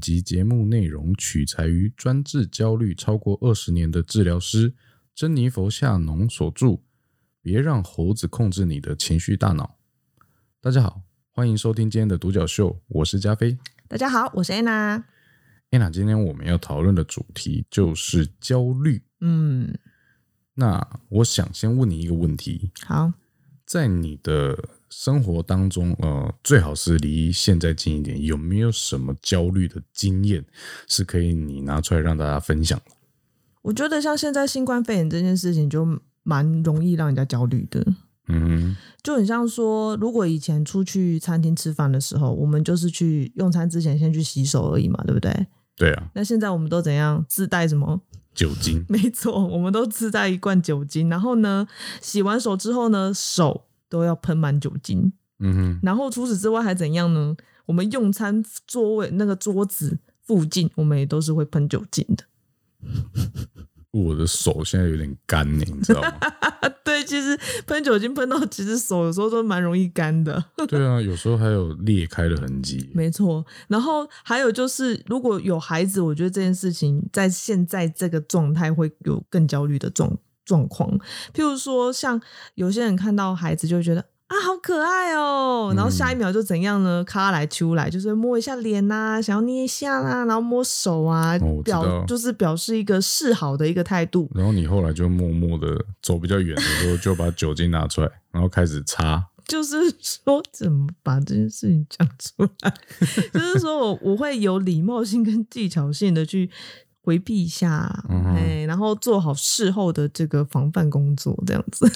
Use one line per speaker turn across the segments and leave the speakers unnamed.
集节目内容取材于专治焦虑超过二十年的治疗师珍妮佛·夏农所著《别让猴子控制你的情绪大脑》。大家好，欢迎收听今天的独角秀，我是加菲。
大家好，我是 Anna。
Anna，今天我们要讨论的主题就是焦虑。
嗯，
那我想先问你一个问题，
好，
在你的生活当中，呃，最好是离现在近一点，有没有什么焦虑的经验是可以你拿出来让大家分享的？
我觉得像现在新冠肺炎这件事情，就蛮容易让人家焦虑的。
嗯
就很像说，如果以前出去餐厅吃饭的时候，我们就是去用餐之前先去洗手而已嘛，对不对？
哼，对啊，
那现在我们都怎样自带什么？
酒精，
没错，我们都自带一罐酒精，然后呢，洗完手之后呢，手都要喷满酒精。
嗯哼，
然后除此之外还怎样呢？我们用餐座位那个桌子附近，我们也都是会喷酒精的。
我的手现在有点干呢，你知道 吗？
对，其实喷酒精喷到，其实手有时候都蛮容易干的。
对啊，有时候还有裂开的痕迹。
没错，然后还有就是，如果有孩子，我觉得这件事情在现在这个状态会有更焦虑的状状况。譬如说，像有些人看到孩子就会觉得啊，好可爱
嗯
哦，然后下一秒就怎样呢？咔来秋来，就是摸一下脸啊，想要捏一下啦、然后摸手啊，
哦我知道
表就是表示一个示好的一个态度。
然后你后来就默默的走比较远的时候，就把酒精拿出来， 然后开始擦。
就是说，怎么把这件事情讲出来？ 就是说我我会有礼貌性跟技巧性的去回避一下，
嗯哼
哎、然后做好事后的这个防范工作，这样
啊
子。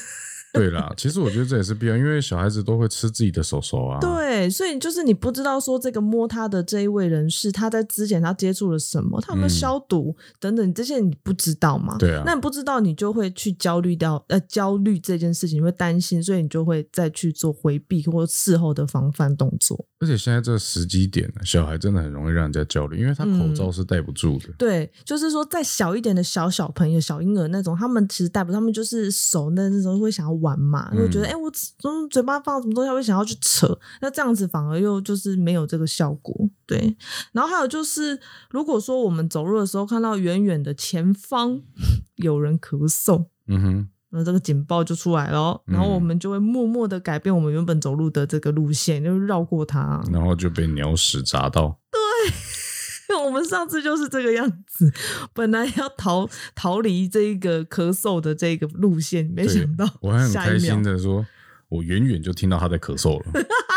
对 啦，其实我觉得这也是必要，因为小孩子都会吃自己的手手啊。
对，所以就是你不知道说这个摸他的这一位人士，他在之前他接触了什么，他有没有
嗯
消毒、等等，这些你不知道嘛？
对啊
那你不知道，你就会去焦虑掉，呃，焦虑这件事情，你会担心，所以你就会再去做回避或事后的防范动作。
而且现在这个时机点呢，小孩真的很容易让人家焦虑，因为他口罩是戴不住的。
对，就是说再小一点的小小朋友、小婴儿那种，他们其实戴不，他们就是手那那种会想要玩嘛，
嗯
会觉得哎、诶我嗯嘴巴放什么东西，会想要去扯，那这样子反而又就是没有这个效果。对，然后还有就是，如果说我们走路的时候看到远远的前方 有人咳嗽。
嗯哼，
那这个警报就出来了，哦然后我们就会默默的改变我们原本走路的这个路线，就绕过它。啊
然后就被鸟屎砸到。
我们上次就是这个样子，本来要逃逃离这一个咳嗽的这个路线，没想到
我还很
下
开
一秒
心，的说，我远远就听到他在咳嗽了，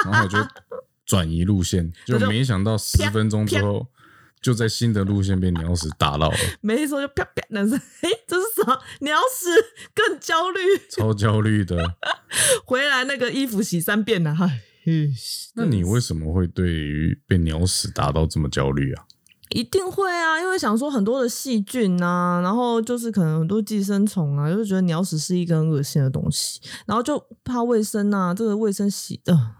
然后我就转移路线，就
就
没想到十分钟之后，就在新的路线被鸟屎打到了，
没说就啪啪两声，哎，这是啥？鸟屎，更焦虑。
超焦虑的。啊
回来那个衣服洗三遍了、啊，嗨。嗯
那你为什么会对于被鸟屎打到这么焦虑啊？
一定会啊，因为想说很多的细菌啊，然后就是可能很多寄生虫啊，就觉得鸟屎是一个很恶心的东西，然后就怕卫生啊，这个卫生洗的。呃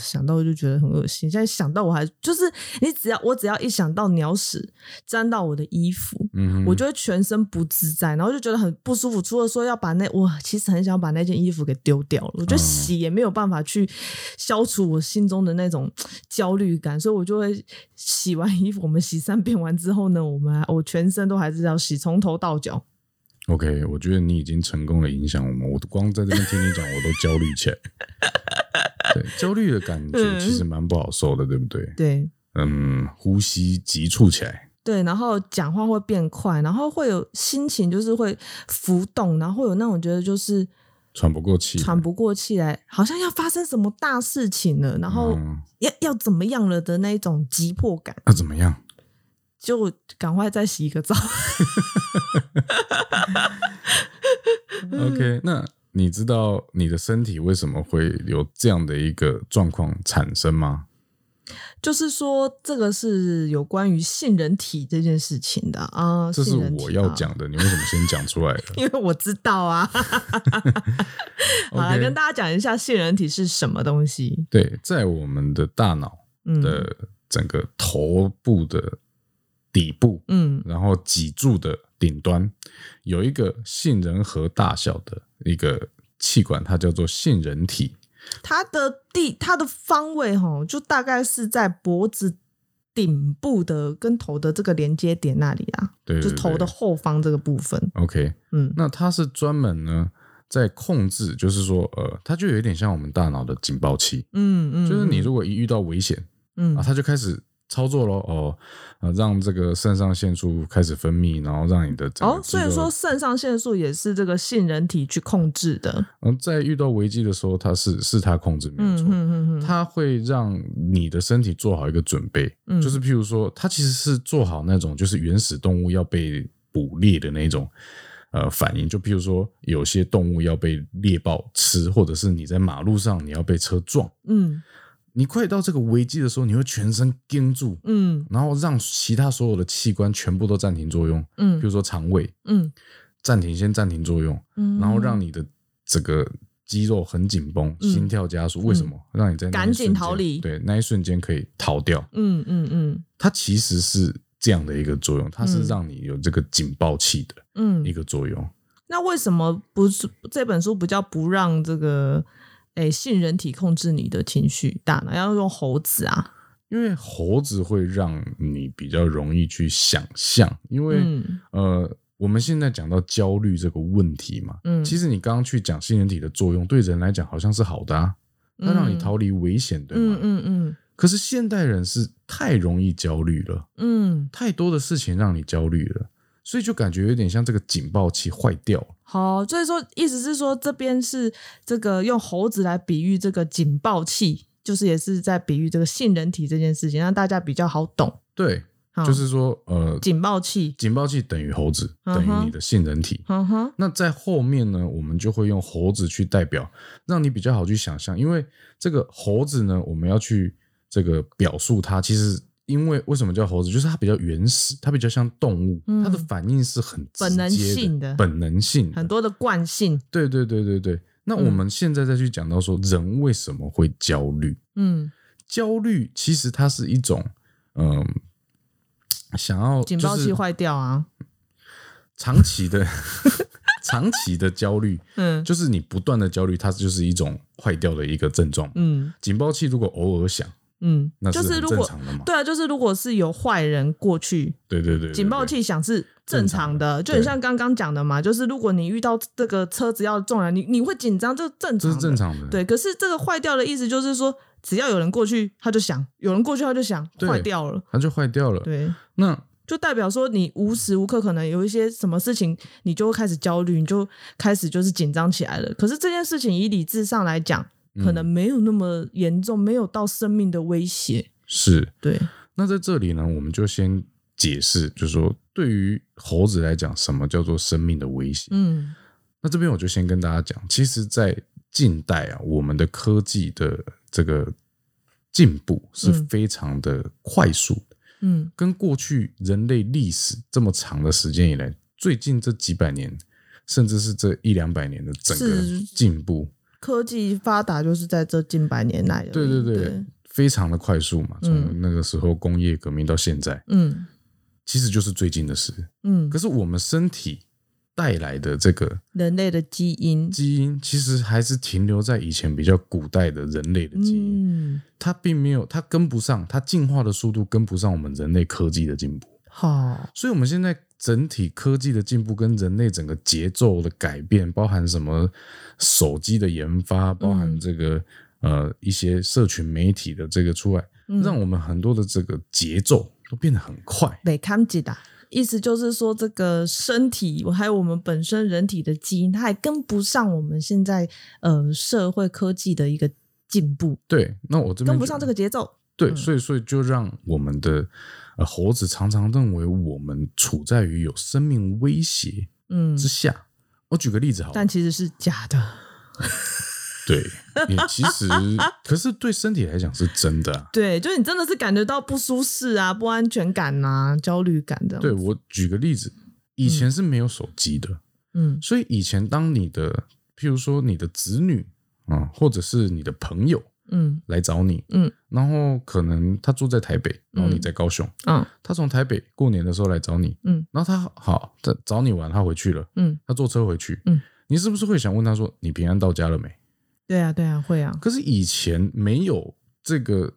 想到我就觉得很恶心，现在想到我还就是你只要我只要一想到鸟屎沾到我的衣服，
嗯哼，
我就会全身不自在，然后就觉得很不舒服。除了说要把那我其实很想把那件衣服给丢掉了，我觉得
嗯
洗也没有办法去消除我心中的那种焦虑感，所以我就会洗完衣服，我们洗三遍完之后呢，我们还我 全身都还是要洗，从头到脚。
OK，我觉得你已经成功的影响我们。我光在这边听你讲，我都焦虑起来。对，焦虑的感觉
嗯
其实蛮不好受的，对不对？
对
嗯，呼吸急促起来。
对，然后讲话会变快，然后会有心情就是会浮动，然后会有那种觉得就是
喘不过气，
喘不过气来，好像要发生什么大事情了，然后
嗯
要、要怎么样了的那一种急迫感。
那、怎么样？
就赶快再洗一个澡。 嗯
OK，那你知道你的身体为什么会有这样的一个状况产生吗？
就是说，这个是有关于杏仁体这件事情的啊。
这是
杏仁体
我要
啊，
讲的，你为什么先讲出来的
因为我知 道啊。好了，
？OK，
跟大家讲一下杏仁体是什么东西。
对，在我们的大脑
嗯
的整个头部的底部，
嗯
然后脊柱的顶端有一个杏仁核大小的一个气管，它叫做杏仁体。
它的地它的方位哈，就大概是在脖子顶部的跟头的这个连接点那里啊，
对
就
对
是头
对
的后方这个部分。
OK，
嗯，
那它是专门呢在控制，就是说，呃，它就有点像我们大脑的警报器，
嗯嗯，
就是你如果一遇到危险
嗯
啊，它就开始操作喽，哦，呃，让这个肾上腺素开始分泌，然后让你的整个
哦，所以
肌肉
说，肾上腺素也是这个杏仁体去控制的。
嗯，在遇到危机的时候，它是是它控制没有
嗯
错，
嗯嗯嗯，
它会让你的身体做好一个准备，
嗯
就是譬如说，它其实是做好那种就是原始动物要被捕猎的那种呃反应，就譬如说有些动物要被猎豹吃，或者是你在马路上你要被车撞，
嗯
你快到这个危机的时候，你会全身盯住，
嗯
然后让其他所有的器官全部都暂停作用，譬
嗯
如说肠胃
嗯
暂停先暂停作用，
嗯，
然后让你的这个肌肉很紧绷，
嗯
心跳加速。为什么让你在那一
赶紧
瞬间
逃离
对，那一瞬间可以逃掉。
嗯嗯嗯
它其实是这样的一个作用，它是
嗯
让你有这个警报器的一
嗯，
个作用。
那为什么不是这本书不叫不让这个诶杏仁体控制你的情绪大脑，要用猴子啊？
因为猴子会让你比较容易去想象，因为、
嗯
呃，我们现在讲到焦虑这个问题嘛，
嗯，
其实你刚刚去讲杏仁体的作用，对人来讲好像是好的啊，它让你逃离危险，对
嗯
吗？
嗯嗯
可是现代人是太容易焦虑了。
嗯，
太多的事情让你焦虑了，所以就感觉有点像这个警报器坏掉了。
好，所以说意思是说这边是这个用猴子来比喻这个警报器，就是也是在比喻这个杏仁体这件事情，让大家比较好懂。
对，
好
就是说，呃，
哦嗯警报器，
警报器等于猴子，
嗯
等
哼
于你的杏仁体。
嗯哼，
那在后面呢，我们就会用猴子去代表，让你比较好去想象。因为这个猴子呢，我们要去这个表述它，其实因为为什么叫猴子，就是它比较原始，它比较像动物，
嗯
它的反应是很直接的
本能性的
本能性的
很多的惯性，
对对对对对。那
嗯
我们现在再去讲到说，人为什么会焦虑？
嗯，
焦虑其实它是一种，嗯、想要
警报器
就是
坏掉啊，
长期的 长期的焦虑，
嗯
就是你不断的焦虑，它就是一种坏掉的一个症状。
嗯
警报器如果偶尔响，
嗯
那，
就是是
很
如
正
果
常的嘛。
对啊，就是如果是有坏人过去，
对对对对，
警报
对
器响是正常的，就很像刚刚讲的嘛，就是如果你遇到这个车子要撞人，你你会紧张，这正
这
常
是
的，
正常的。
对，可是这个坏掉的意思就是说，只要有人过去，它就响；有人过去，它就响，
对
坏掉了。
它就坏掉了。
对，
那
就代表说你无时无刻可能有一些什么事情，你就会开始焦虑，你就开始就是紧张起来了。可是这件事情以理智上来讲，
嗯
可能没有那么严重，没有到生命的威胁。
是
对，
那在这里呢，我们就先解释，就是说对于猴子来讲，什么叫做生命的威胁？
嗯
那这边我就先跟大家讲，其实，在近代啊，我们的科技的这个进步是
嗯
非常的快速的，
嗯
跟过去人类历史这么长的时间以来，最近这几百年，甚至是这一两百年的整个
是
进步，
科技发达就是在这近百年来的。
对对对，
对，
非常的快速嘛，从那个时候工业革命到现在，
嗯
其实就是最近的事。
嗯
可，是我们身体带来的这个
人类的基因，
基因，其实还是停留在以前比较古代的人类的基因。
嗯，
它并没有，它跟不上，它进化的速度跟不上我们人类科技的进步，
好，
所以我们现在整体科技的进步跟人类整个节奏的改变，包含什么手机的研发，
嗯
包含这个、呃一些社群媒体的这个出来，
嗯
让我们很多的这个节奏都变得很快。
被看见的。意思就是说，这个身体还有我们本身人体的基因，它还跟不上我们现在呃社会科技的一个进步，
对，那我这边
跟不
觉
上
得
这个节奏。
对，
嗯
所以所以就让我们的、呃、猴子常常认为我们处在于有生命威胁
嗯，
之下。我举个例子好了，
但其实是假的。
对，也其实可是对身体来讲是真的、啊。
对，就是你真的是感觉到不舒适啊、不安全感啊、焦虑感这样。
对，我举个例子，以前是没有手机的，
嗯
所以以前当你的譬如说你的子女啊、或者是你的朋友
嗯
来找你，
嗯，
然后可能他住在台北，然后你在高雄，
嗯
他从台北过年的时候来找你，
嗯，
然后他好，他找你玩，他回去了，
嗯，
他坐车回去，
嗯，
你是不是会想问他说你平安到家了没？
对啊，对啊，会啊。
可是以前没有这个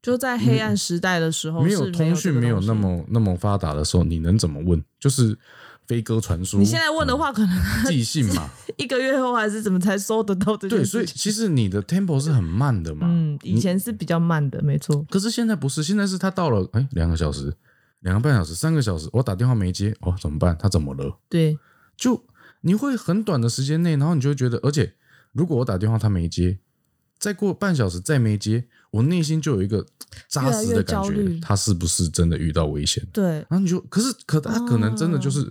就在黑暗时代的时候，
嗯没
哦是
有通讯没
没
有那
这个东西。
么那么发达的时候，你能怎么问？就是飞鸽传书。
你现在问的话，可能
嗯寄信 嘛，
一个月后还是怎么才收得到这件
对，
事
所以
情
其实你的 tempo 是很慢的嘛。
嗯，以前是比较慢的，没错。
可是现在不是，现在是他到了哎两个小时、两个半小时、三个小时，我打电话没接，哦怎么办？他怎么了？
对，
就你会很短的时间内，然后你就会觉得，而且如果我打电话他没接，再过半小时再没接，我内心就有一个扎实的感
越
觉，
来越焦虑
他是不是真的遇到危险？
对，
然后你就可是可他可能真的就是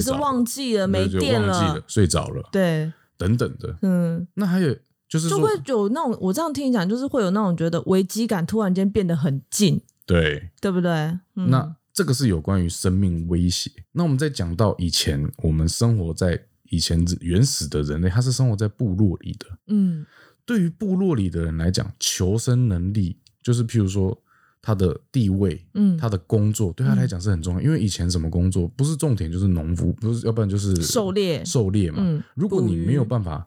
睡
哦是
着了、
忘记了，没
对就
电
忘记了，睡着了
对，
等等的。
嗯，
那还有就是
就
说
会，有那种，我这样听你讲，就是会有那种觉得危机感突然间变得很近，
对，
对不对？嗯、
那这个是有关于生命威胁。那我们再讲到以前我们生活在以前原始的人类，他是生活在部落里的。
嗯，
对于部落里的人来讲，求生能力就是譬如说他的地位，
嗯
他的工作对他来讲是很重要。因为以前什么工作不是重点就是农夫，不是要不然就是
狩猎
狩猎嘛。
嗯
如果你
捕鱼
没有办法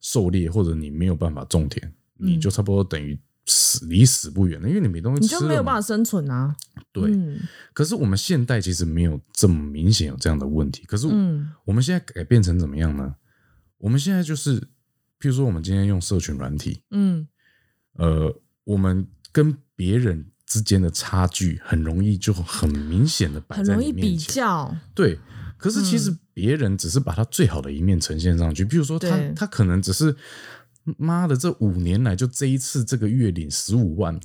狩猎，或者你没有办法种田，
嗯
你就差不多等于死离死不远了，因为你没东西
你
吃
就
了
没有
嘛
办法生存啊。
对，
嗯
可是我们现代其实没有这么明显有这样的问题。可是
嗯
我们现在改变成怎么样呢？我们现在就是，譬如说，我们今天用社群软体，
嗯，
呃，我们跟别人之间的差距很容易就很明显的摆
很
在
容易
你
比
面前。
较，
对，可是其
嗯
实别人只是把他最好的一面呈现上去，譬如说他
对
他可能只是。妈的，这五年来就这一次，这个月领十五 万，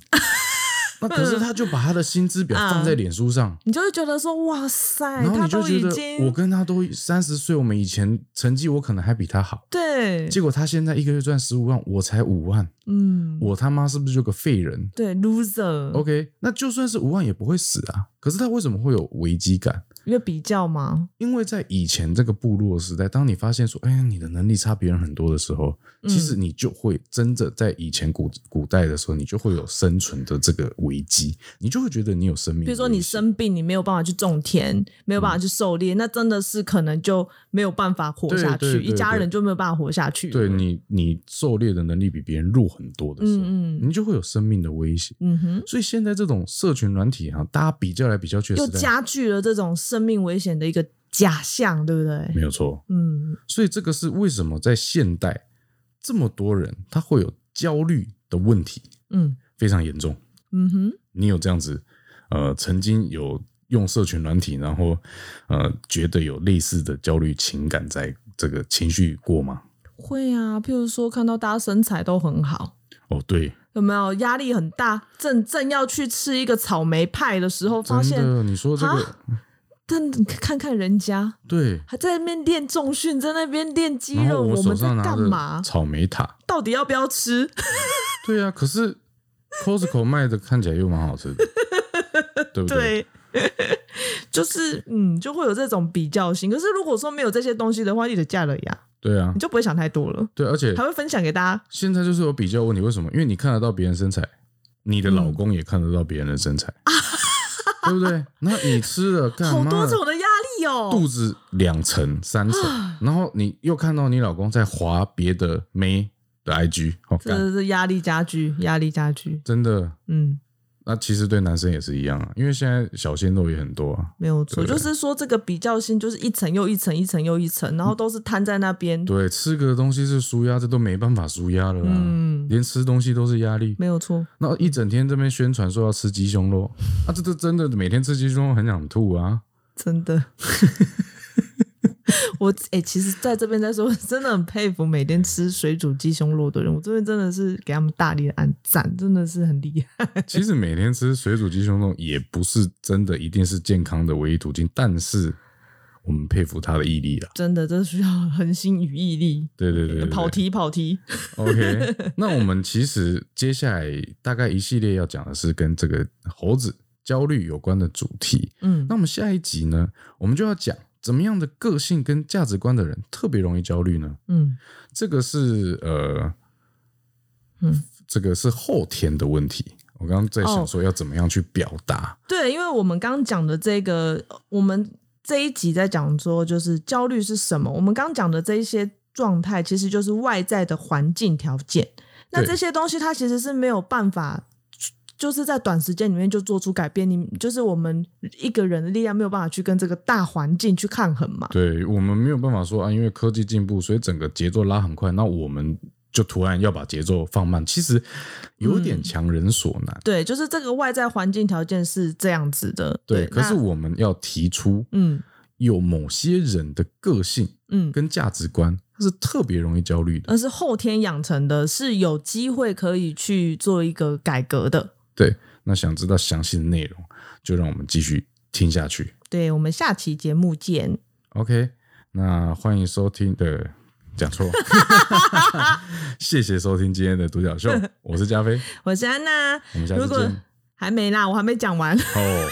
那可是他就把他的薪资表放在脸书上，
你就会觉得说，哇塞，
然后
嗯他
你就
都
觉
已
得
经
我跟他都三十岁，我们以前成绩我可能还比他好，
对，
结果他现在一个月赚十五万，我才五万，
嗯，
我他妈是不是就个废人
对 loser，、
？OK，那就算是五万也不会死啊。可是他为什么会有危机感？
因为比较嘛，
因为在以前这个部落时代，当你发现说，哎呀，你的能力差别人很多的时候，
嗯
其实你就会真的在以前古古代的时候，你就会有生存的这个危机，你就会觉得你有生命危
比
险。
如说你生病，你没有办法去种田，没有
嗯
办法去狩猎，那真的是可能就没有办法活下
对
去，
对对
一家人就没有办法活下去。
对，你，你狩猎的能力比别人弱很多的时候，
嗯嗯
你就会有生命的威胁。
嗯哼，
所以现在这种社群软体啊，大家比较来比较去的
又
时代，
加剧了这种生命危险的一个假象，对不对？
没有错。
嗯，
所以这个是为什么在现代这么多人他会有焦虑的问题
嗯
非常严重。
嗯哼，
你有这样子，呃，曾经有用社群软体，然后呃，觉得有类似的焦虑情感在这个情绪过吗？
会啊。譬如说，看到大家身材都很好，
哦，对，
有没有压力很大？正正要去吃一个草莓派的时候，发
真
现，
的，你说这个
啊但看看人家
对。
还在那边练重训，在那边练肌
然
肉，
后我
们
手
在
上拿
干嘛
着？草莓塔，
到底要不要吃？
对啊，可 是 Costco 卖的看起来又蛮好吃的，对不对？
对， 就是嗯，就会有这种比较心。可是如果说没有这些东西的话，你的嫁了呀，
对啊
你，就不会想太多了，
对，而且
还会分享给大家。
现在就是有比较问题，为什么？因为你看得到别人身材，你的
嗯
老公也看得到别人的身 材，对不对？那你吃了干
好
嘛？
多种的压力哦，
啊
啊
肚子两层、三层，然后你又看到你老公在划别的妹的 IG，好、
这
干，
这这压力加剧，压力加剧。
真的。
嗯，
那其实对男生也是一样啊，因为现在小鲜肉也很多啊。
没有错，
对
就是说这个比较心就是一层又一层，一层又一层，然后都是摊在那边。
嗯对，吃个东西是舒压，这都没办法舒压了啦、
嗯，
连吃东西都是压力。
没有错。
那一整天这边宣传说要吃鸡胸肉，啊，这这真的每天吃鸡胸肉很想吐 啊。
真 的。我哎、其实在这边在说， 真的很佩服每天吃水煮鸡胸肉的人。我这边真的是给他们大力的按赞，真的是很厉害。
其实每天吃水煮鸡胸肉也不是真的一定是健康的唯一途径，但是我们佩服他的毅力啊。
真的，这需要恒心与毅力。
对对对对对
跑题 跑题，
OK，那 我们其实接下来大概一系列要讲的是跟这个猴子焦虑有关的主题。
嗯
那，我们下一集呢，我们就要讲怎么样的个性跟价值观的人特别容易焦虑呢？
嗯
这个是呃，
嗯，
这个是后天的问题。我刚刚在想说要怎么样去表达，
对，因为我们刚刚讲的这个，我们这一集在讲说，就是焦虑是什么。我们刚刚讲的这一些状态，其实就是外在的环境条件。那
对
这些东西，它其实是没有办法就是在短时间里面就做出改变，你就是我们一个人的力量没有办法去跟这个大环境去抗衡嘛。
对我们没有办法说啊，因为科技进步，所以整个节奏拉很快，那我们就突然要把节奏放慢，其实有点强人所难。
对，就是这个外在环境条件是这样子的。
对，可
那
是我们要提出
嗯
有某些人的个性
嗯，
跟价值观，他是特别容易焦虑的。
那是后天养成的，是有机会可以去做一个改革的。
那想知道详细的内容，就让我们继续听下去。
对，我们下期节目见。
OK，那欢迎收听的。讲 错，谢谢收听今天的独角秀，我是加菲，
我是安娜。
我们下
如
次
果
见
还没啦，我还没讲完。
哦，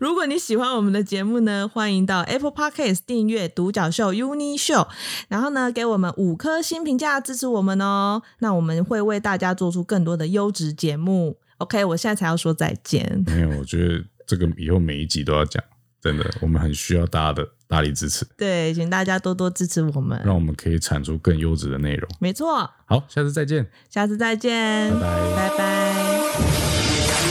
如果你喜欢我们的节目呢，欢迎到 Apple Podcast 订阅《独角秀 Uni Show》，然后呢，给我们五颗星评价支持我们哦。那我们会为大家做出更多的优质节目。OK，我现在才要说再见。
没有，我觉得这个以后每一集都要讲，真的，我们很需要大家的大力支持，
对，请大家多多支持我们。
让我们可以产出更优质的内容。
没错，
好，下次再见，
下次再见，
拜拜
拜拜